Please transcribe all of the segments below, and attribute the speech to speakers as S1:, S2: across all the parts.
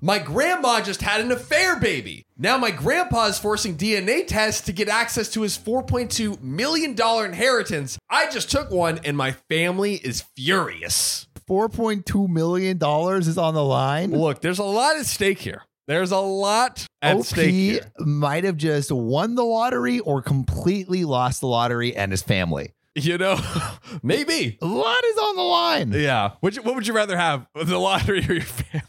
S1: My grandma just had an affair baby. Now my grandpa is forcing DNA tests to get access to his $4.2 million inheritance. I just took one and my family is furious.
S2: $4.2 million is on the line.
S1: Look, there's a lot at stake here. There's a lot at
S2: OP
S1: stake here.
S2: might have just won the lottery or completely lost the lottery and his family.
S1: You know, maybe.
S2: A lot is on the line.
S1: Yeah. Would you, what would you rather have, the lottery or your family?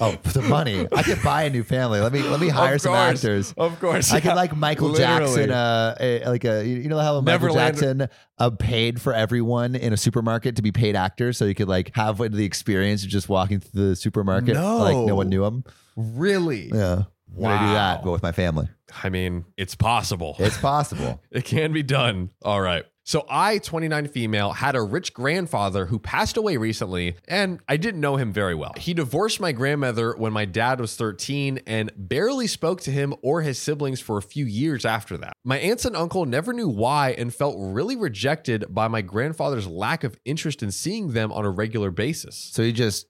S2: Oh, the money. I could buy a new family. Let me let me hire
S1: of
S2: some
S1: course,
S2: actors.
S1: Of course.
S2: I could
S1: yeah.
S2: like Michael Jackson,
S1: Literally.
S2: uh, a- like a you know how Michael
S1: Neverland.
S2: Jackson uh, paid for everyone in a supermarket to be paid actors, so you could like have the experience of just walking through the supermarket like no
S1: No.
S2: one knew him.
S1: really?
S2: Yeah, I'm gonna do that,
S1: Wow.
S2: but with my family,
S1: I mean, it's possible.
S2: it's possible.
S1: It can be done. All right. So I, 29 female, had a rich grandfather who passed away recently, and I didn't know him very well. He divorced my grandmother when my dad was 13 and barely spoke to him or his siblings for a few years after that. My aunts and uncle never knew why and felt really rejected by my grandfather's lack of interest in seeing them on a regular basis.
S2: so he just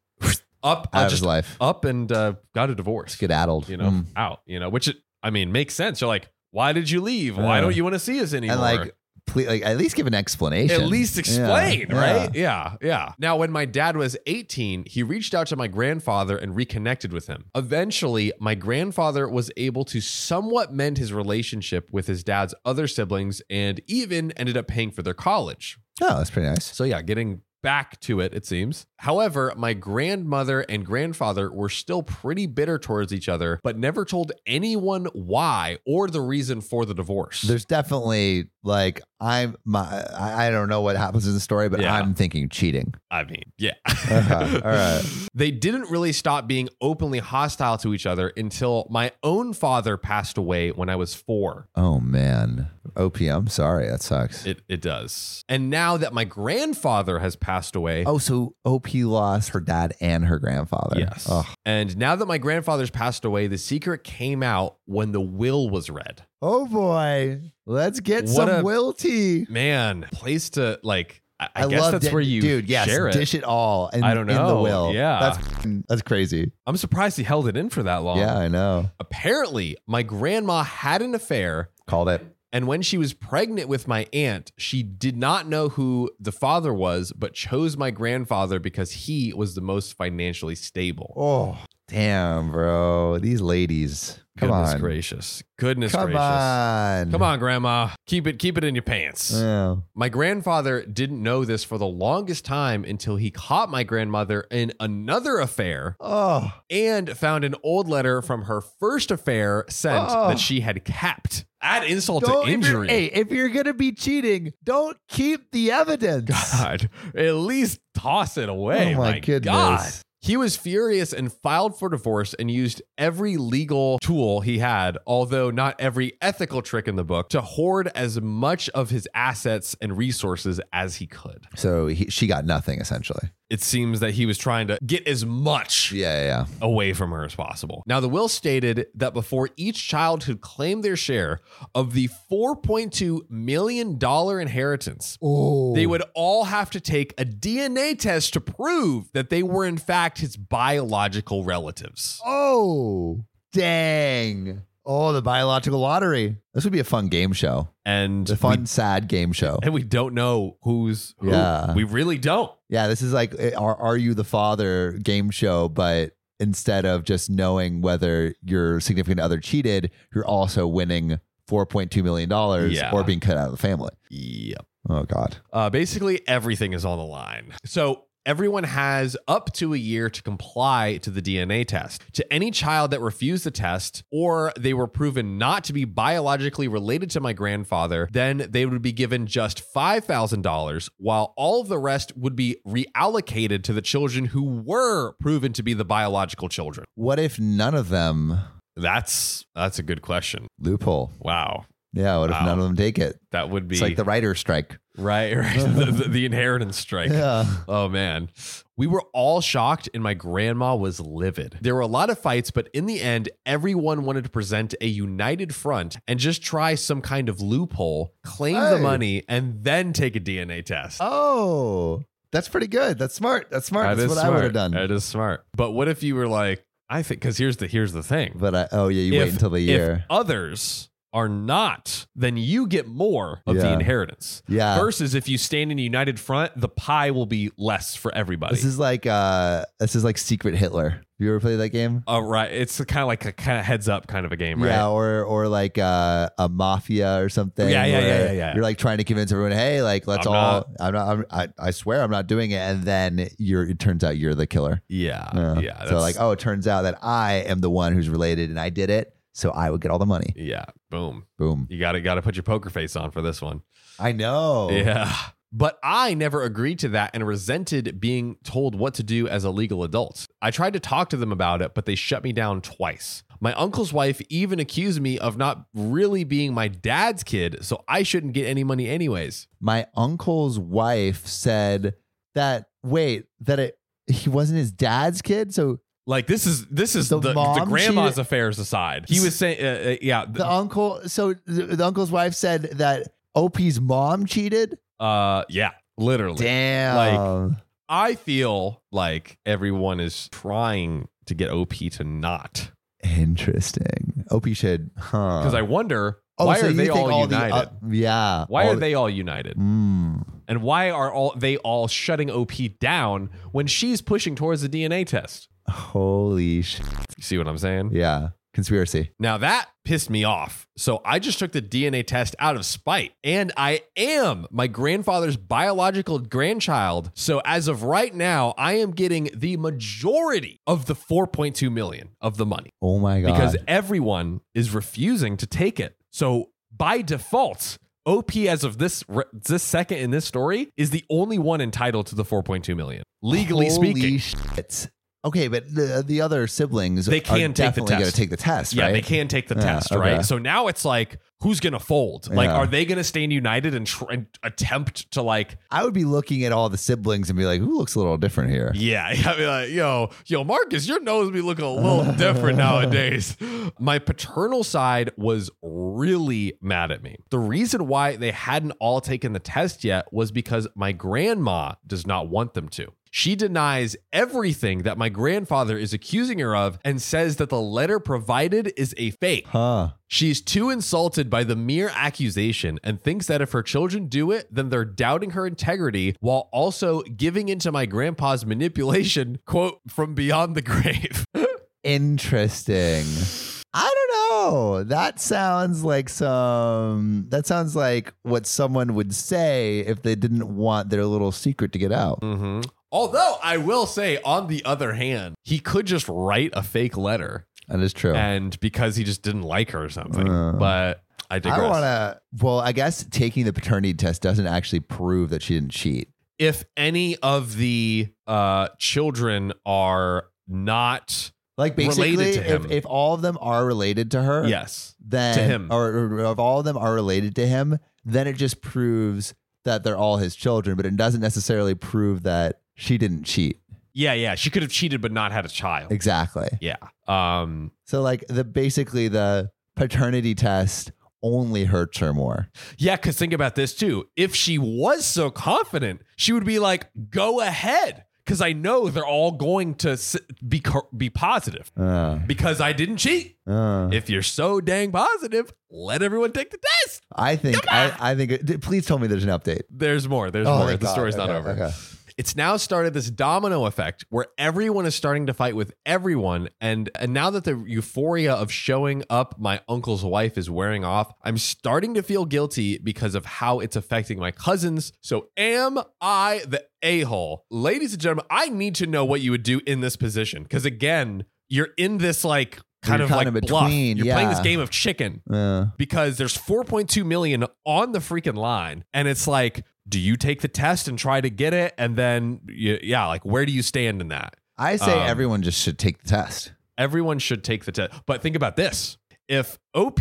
S1: Up,
S2: out
S1: I
S2: of his
S1: just
S2: life,
S1: up and uh, got a divorce
S2: skedaddled.
S1: you know,
S2: Mm.
S1: out, you know, which it, I mean makes sense. You're like, why did you leave? Why
S2: Yeah.
S1: don't you want to see us anymore?
S2: and like, ple- like at least give an explanation.
S1: at least explain,
S2: Yeah.
S1: right? Yeah. yeah, Now, when my dad was 18, he reached out to my grandfather and reconnected with him. Eventually, my grandfather was able to somewhat mend his relationship with his dad's other siblings and even ended up paying for their college.
S2: Oh, that's pretty nice.
S1: So, yeah, getting back to it, it seems. However, my grandmother and grandfather were still pretty bitter towards each other, but never told anyone why or the reason for the divorce.
S2: There's definitely like I'm my I I don't know what happens in the story, but
S1: Yeah.
S2: I'm thinking cheating.
S1: I mean, yeah.
S2: Uh-huh. All right.
S1: They didn't really stop being openly hostile to each other until my own father passed away when I was four.
S2: Oh man, OPM. Sorry, that sucks.
S1: It, it does. And now that my grandfather has passed away,
S2: oh, so OP lost her dad and her grandfather.
S1: Yes.
S2: Ugh.
S1: And now that my grandfather's passed away, the secret came out when the will was read.
S2: Oh boy, let's get
S1: What
S2: some
S1: a-
S2: will tea.
S1: Man, place to like. I, I guess
S2: love
S1: that's
S2: that-
S1: where you
S2: dude. Yes,
S1: share it.
S2: dish it all. In,
S1: I don't
S2: in the
S1: know.
S2: will.
S1: Yeah.
S2: that's f***ing- that's crazy.
S1: I'm surprised he held it in for that long.
S2: Yeah, I know.
S1: Apparently, my grandma had an affair
S2: Called it.
S1: And when she was pregnant with my aunt, she did not know who the father was, but chose my grandfather because he was the most financially stable.
S2: Oh damn, bro. These ladies. Come
S1: Goodness
S2: on.
S1: gracious. Goodness
S2: Come
S1: gracious.
S2: on. Uh.
S1: Come on, grandma. Keep it keep it in your pants.
S2: Yeah.
S1: My grandfather didn't know this for the longest time until he caught my grandmother in another affair
S2: Oh.
S1: and found an old letter from her first affair sent
S2: Oh.
S1: that she had kept. Add insult
S2: Don't-
S1: to
S2: if you're-
S1: injury.
S2: hey, if you're gonna be cheating, don't keep the evidence.
S1: God, at least toss it away.
S2: Oh my, goodness.
S1: God. He was furious and filed for divorce and used every legal tool he had, although not every ethical trick in the book, to hoard as much of his assets and resources as he could.
S2: So he, she got nothing essentially.
S1: It seems that he was trying to get as much
S2: Yeah, yeah,
S1: away from her as possible. Now, the will stated that before each child could claim their share of the $4.2 million inheritance,
S2: yeah. Oh,
S1: they would all have to take a DNA test to prove that they were, in fact, his biological relatives.
S2: Oh, dang. Oh, the biological lottery. This would be a fun game show.
S1: And
S2: The fun,
S1: we,
S2: sad game show.
S1: and we don't know who's who.
S2: Yeah.
S1: We really don't.
S2: Yeah, this is like uh, are are you the father game show, but instead of just knowing whether your significant other cheated, you're also winning four point two million dollars
S1: Yeah.
S2: or being cut out of the family.
S1: Yep.
S2: Oh God.
S1: Uh, basically, everything is on the line. So everyone has up to a year to comply to the DNA test. To any child that refused the test or they were proven not to be biologically related to my grandfather, then they would be given just $5,000, while all of the rest would be reallocated to the children who were proven to be the biological children.
S2: What if none of them
S1: That's that's a good question.
S2: loophole?
S1: Wow.
S2: Yeah, what if
S1: Wow.
S2: none of them take it?
S1: That would be
S2: It's like the writer strike.
S1: right, right. the, the- the inheritance strike.
S2: Yeah.
S1: Oh man. We were all shocked and my grandma was livid. There were a lot of fights, but in the end, everyone wanted to present a united front and just try some kind of loophole, claim the
S2: Hey.
S1: money, and then take a DNA test.
S2: Oh, that's pretty good. That's smart. That's smart.
S1: That
S2: that's
S1: is
S2: what I would have
S1: smart.
S2: done.
S1: That is smart. But what if you were like, I think because here's the here's the thing.
S2: But I, oh yeah, you wait
S1: If-
S2: until the
S1: if
S2: year.
S1: others are not, then you get more of the
S2: Yeah.
S1: inheritance.
S2: yeah.
S1: Versus if you stand in a united front, the pie will be less for everybody.
S2: This is like uh this is like Secret Hitler. You ever played that game?
S1: oh, right. It's kind of like a kind of heads up kind of a game,
S2: Yeah,
S1: right?
S2: or or like uh, a mafia or something.
S1: Yeah, yeah,
S2: where
S1: yeah, yeah, yeah.
S2: You're like trying to convince everyone, hey, like let's
S1: I'm
S2: all.
S1: not-
S2: I'm not. I'm, I I swear I'm not doing it. And then you're. It turns out you're the killer.
S1: Yeah.
S2: Uh,
S1: Yeah.
S2: so
S1: that's-
S2: like, oh, it turns out that I am the one who's related, and I did it, so I would get all the money.
S1: yeah. Boom.
S2: Boom.
S1: You got to got to put your poker face on for this one.
S2: I know.
S1: Yeah. But I never agreed to that and resented being told what to do as a legal adult. I tried to talk to them about it, but they shut me down twice. My uncle's wife even accused me of not really being my dad's kid, so I shouldn't get any money anyways.
S2: My uncle's wife said that. Wait, that it. He wasn't his dad's kid, so
S1: Like this is this is the
S2: The
S1: the,
S2: mom
S1: grandma's
S2: cheated-
S1: affairs aside. He was saying, uh, uh, yeah,
S2: the uncle. So the, the uncle's wife said that Opie's mom cheated.
S1: uh, yeah, literally.
S2: Damn.
S1: I feel like everyone is trying to get OP to not
S2: Interesting. Opie should, huh?
S1: because I wonder why
S2: Uh, oh, so
S1: are
S2: you
S1: they
S2: think
S1: all,
S2: the-
S1: united?
S2: uh, yeah.
S1: why
S2: all
S1: are
S2: the-
S1: they all united?
S2: Mm.
S1: And why are all they all shutting OP down when she's pushing towards the DNA test?
S2: holy shit.
S1: You see what I'm saying?
S2: Yeah. Conspiracy.
S1: Now that pissed me off. So I just took the DNA test out of spite. And I am my grandfather's biological grandchild. So as of right now, I am getting the majority of the 4.2 million of the money
S2: Oh my god.
S1: because everyone is refusing to take it. So by default, OP as of this re- this second in this story is the only one entitled to the 4.2 million. Legally
S2: holy
S1: speaking.
S2: shit. Okay, but the, the other siblings
S1: They can
S2: are
S1: take the
S2: definitely
S1: test.
S2: to take the test,
S1: yeah,
S2: right?
S1: they can take the
S2: Yeah,
S1: test,
S2: okay.
S1: right? So now it's like who's going to fold? Like
S2: Yeah.
S1: are they going to stand united and, tr- and attempt to like
S2: I would be looking at all the siblings and be like, "Who looks a little different here?"
S1: Yeah, I mean, like, yo, yo, Marcus, your nose be looking a little different nowadays. My paternal side was really mad at me. The reason why they hadn't all taken the test yet was because my grandma does not want them to. She denies everything that my grandfather is accusing her of and says that the letter provided is a fake.
S2: Huh?
S1: She's too insulted by the mere accusation and thinks that if her children do it, then they're doubting her integrity while also giving into my grandpa's manipulation, quote, from beyond the grave.
S2: Interesting. I don't know. That sounds like some. That sounds like what someone would say if they didn't want their little secret to get out.
S1: mm-hmm. Although I will say, on the other hand, he could just write a fake letter
S2: That is true.
S1: and because he just didn't like her or something.
S2: Oh. Uh.
S1: but I
S2: I
S1: digress.
S2: don't want to. Well, I guess taking the paternity test doesn't actually prove that she didn't cheat.
S1: if any of the uh, children are not,
S2: Like basically,
S1: Related to him.
S2: if if all of them are related to her,
S1: yes,
S2: then
S1: to him.
S2: or, or if all of them are related to him, then it just proves that they're all his children, but it doesn't necessarily prove that she didn't cheat.
S1: yeah, yeah, she could have cheated but not had a child.
S2: Exactly.
S1: Yeah. Um,
S2: So like the basically the paternity test only hurts her more.
S1: Yeah, because think about this too. If she was so confident, she would be like, "Go ahead," because I know they're all going to s- be cor- be positive
S2: Uh,
S1: because I didn't cheat.
S2: uh.
S1: If you're so dang positive, let everyone take the test.
S2: I think I, I think it, d- please tell me there's an update.
S1: There's more. There's
S2: Oh,
S1: more. The
S2: thank God.
S1: story's not
S2: Okay,
S1: over.
S2: okay.
S1: It's now started this domino effect where everyone is starting to fight with everyone. And, and now that the euphoria of showing up my uncle's wife is wearing off, I'm starting to feel guilty because of how it's affecting my cousins. So, am I the a hole? Ladies and gentlemen, I need to know what you would do in this position. Because again, you're in this like kind
S2: You're
S1: of
S2: kind
S1: like
S2: of
S1: bluff.
S2: between,
S1: You're playing this
S2: yeah.
S1: game of chicken
S2: Uh,
S1: because there's 4.2 million on the freaking line and it's like do you take the test and try to get it and then y- yeah like where do you stand in that
S2: I say
S1: Um,
S2: everyone just should take the test.
S1: everyone should take the test but think about this if op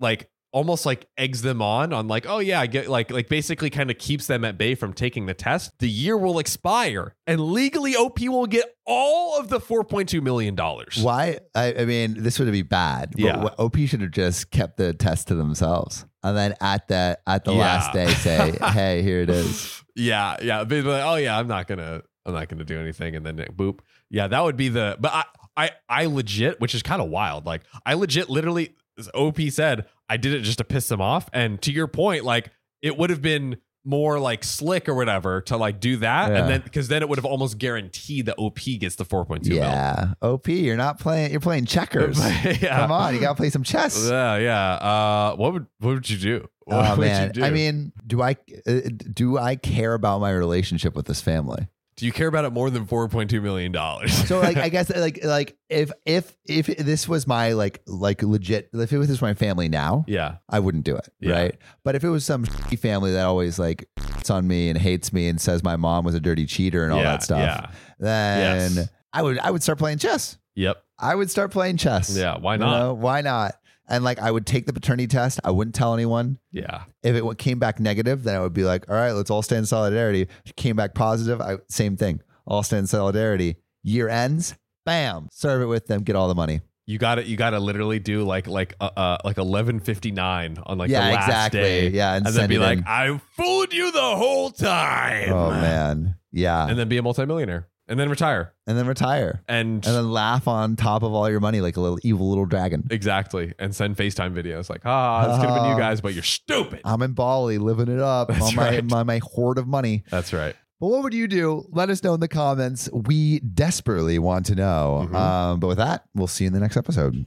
S1: like almost like eggs them on on like oh yeah i get like like basically kind of keeps them at bay from taking the test the year will expire and legally op will get all of the 4.2 million dollars
S2: Why? I, I mean, this would be bad. But
S1: Yeah.
S2: what- OP should have just kept the test to themselves, and then at the at the
S1: Yeah.
S2: last day say, "Hey, here it is."
S1: yeah, yeah. They'd be like, oh yeah, I'm not gonna, I'm not gonna do anything, and then boop. Yeah, that would be the. But I, I I legit, which is kind of wild. Like I legit, literally, as OP said, I did it just to piss them off. And to your point, like it would have been more like slick or whatever to like do that,
S2: Yeah.
S1: and then because then it would have almost guaranteed that OP gets the four point two.
S2: yeah. OP, you're not playing. You're playing checkers.
S1: yeah.
S2: Come on, you gotta play some chess.
S1: Yeah, yeah. Uh, what would what would you do? What
S2: oh
S1: would
S2: man.
S1: you do?
S2: I mean, do I uh, do I care about my relationship with this family?
S1: do you care about it more than four point two million dollars?
S2: So like I guess like like if if if this was my like like legit if it was my family now,
S1: yeah,
S2: I wouldn't do it,
S1: Yeah.
S2: right? But if it was some shitty family that always like it's on me and hates me and says my mom was a dirty cheater and all
S1: yeah,
S2: that stuff,
S1: Yeah.
S2: then
S1: Yes.
S2: I would I would start playing chess.
S1: Yep.
S2: I would start playing chess.
S1: Yeah. Why
S2: You
S1: not?
S2: know, why not? And like I would take the paternity test. I wouldn't tell anyone.
S1: Yeah.
S2: If it w- came back negative, then I would be like, all right, let's all stand in solidarity. If it came back positive, I same thing. All stand in solidarity. Year ends, bam, serve it with them, get all the money.
S1: You got to You got to literally do like like uh, uh like eleven fifty nine on like
S2: yeah,
S1: the last
S2: exactly.
S1: day,
S2: Yeah, and,
S1: and then
S2: send
S1: be
S2: it
S1: like,
S2: in.
S1: I fooled you the whole time.
S2: oh man, yeah,
S1: And then be a multimillionaire, and then retire,
S2: and then retire,
S1: and,
S2: and then laugh on top of all your money like a little evil little dragon.
S1: exactly, and send Facetime videos like, ah, this could have been you guys, but you're stupid.
S2: I'm in Bali, living it up
S1: That's
S2: on my,
S1: right.
S2: my my hoard of money.
S1: That's right.
S2: But what would you do? Let us know in the comments. We desperately want to know.
S1: Mhm.
S2: Um, but with that, we'll see you in the next episode.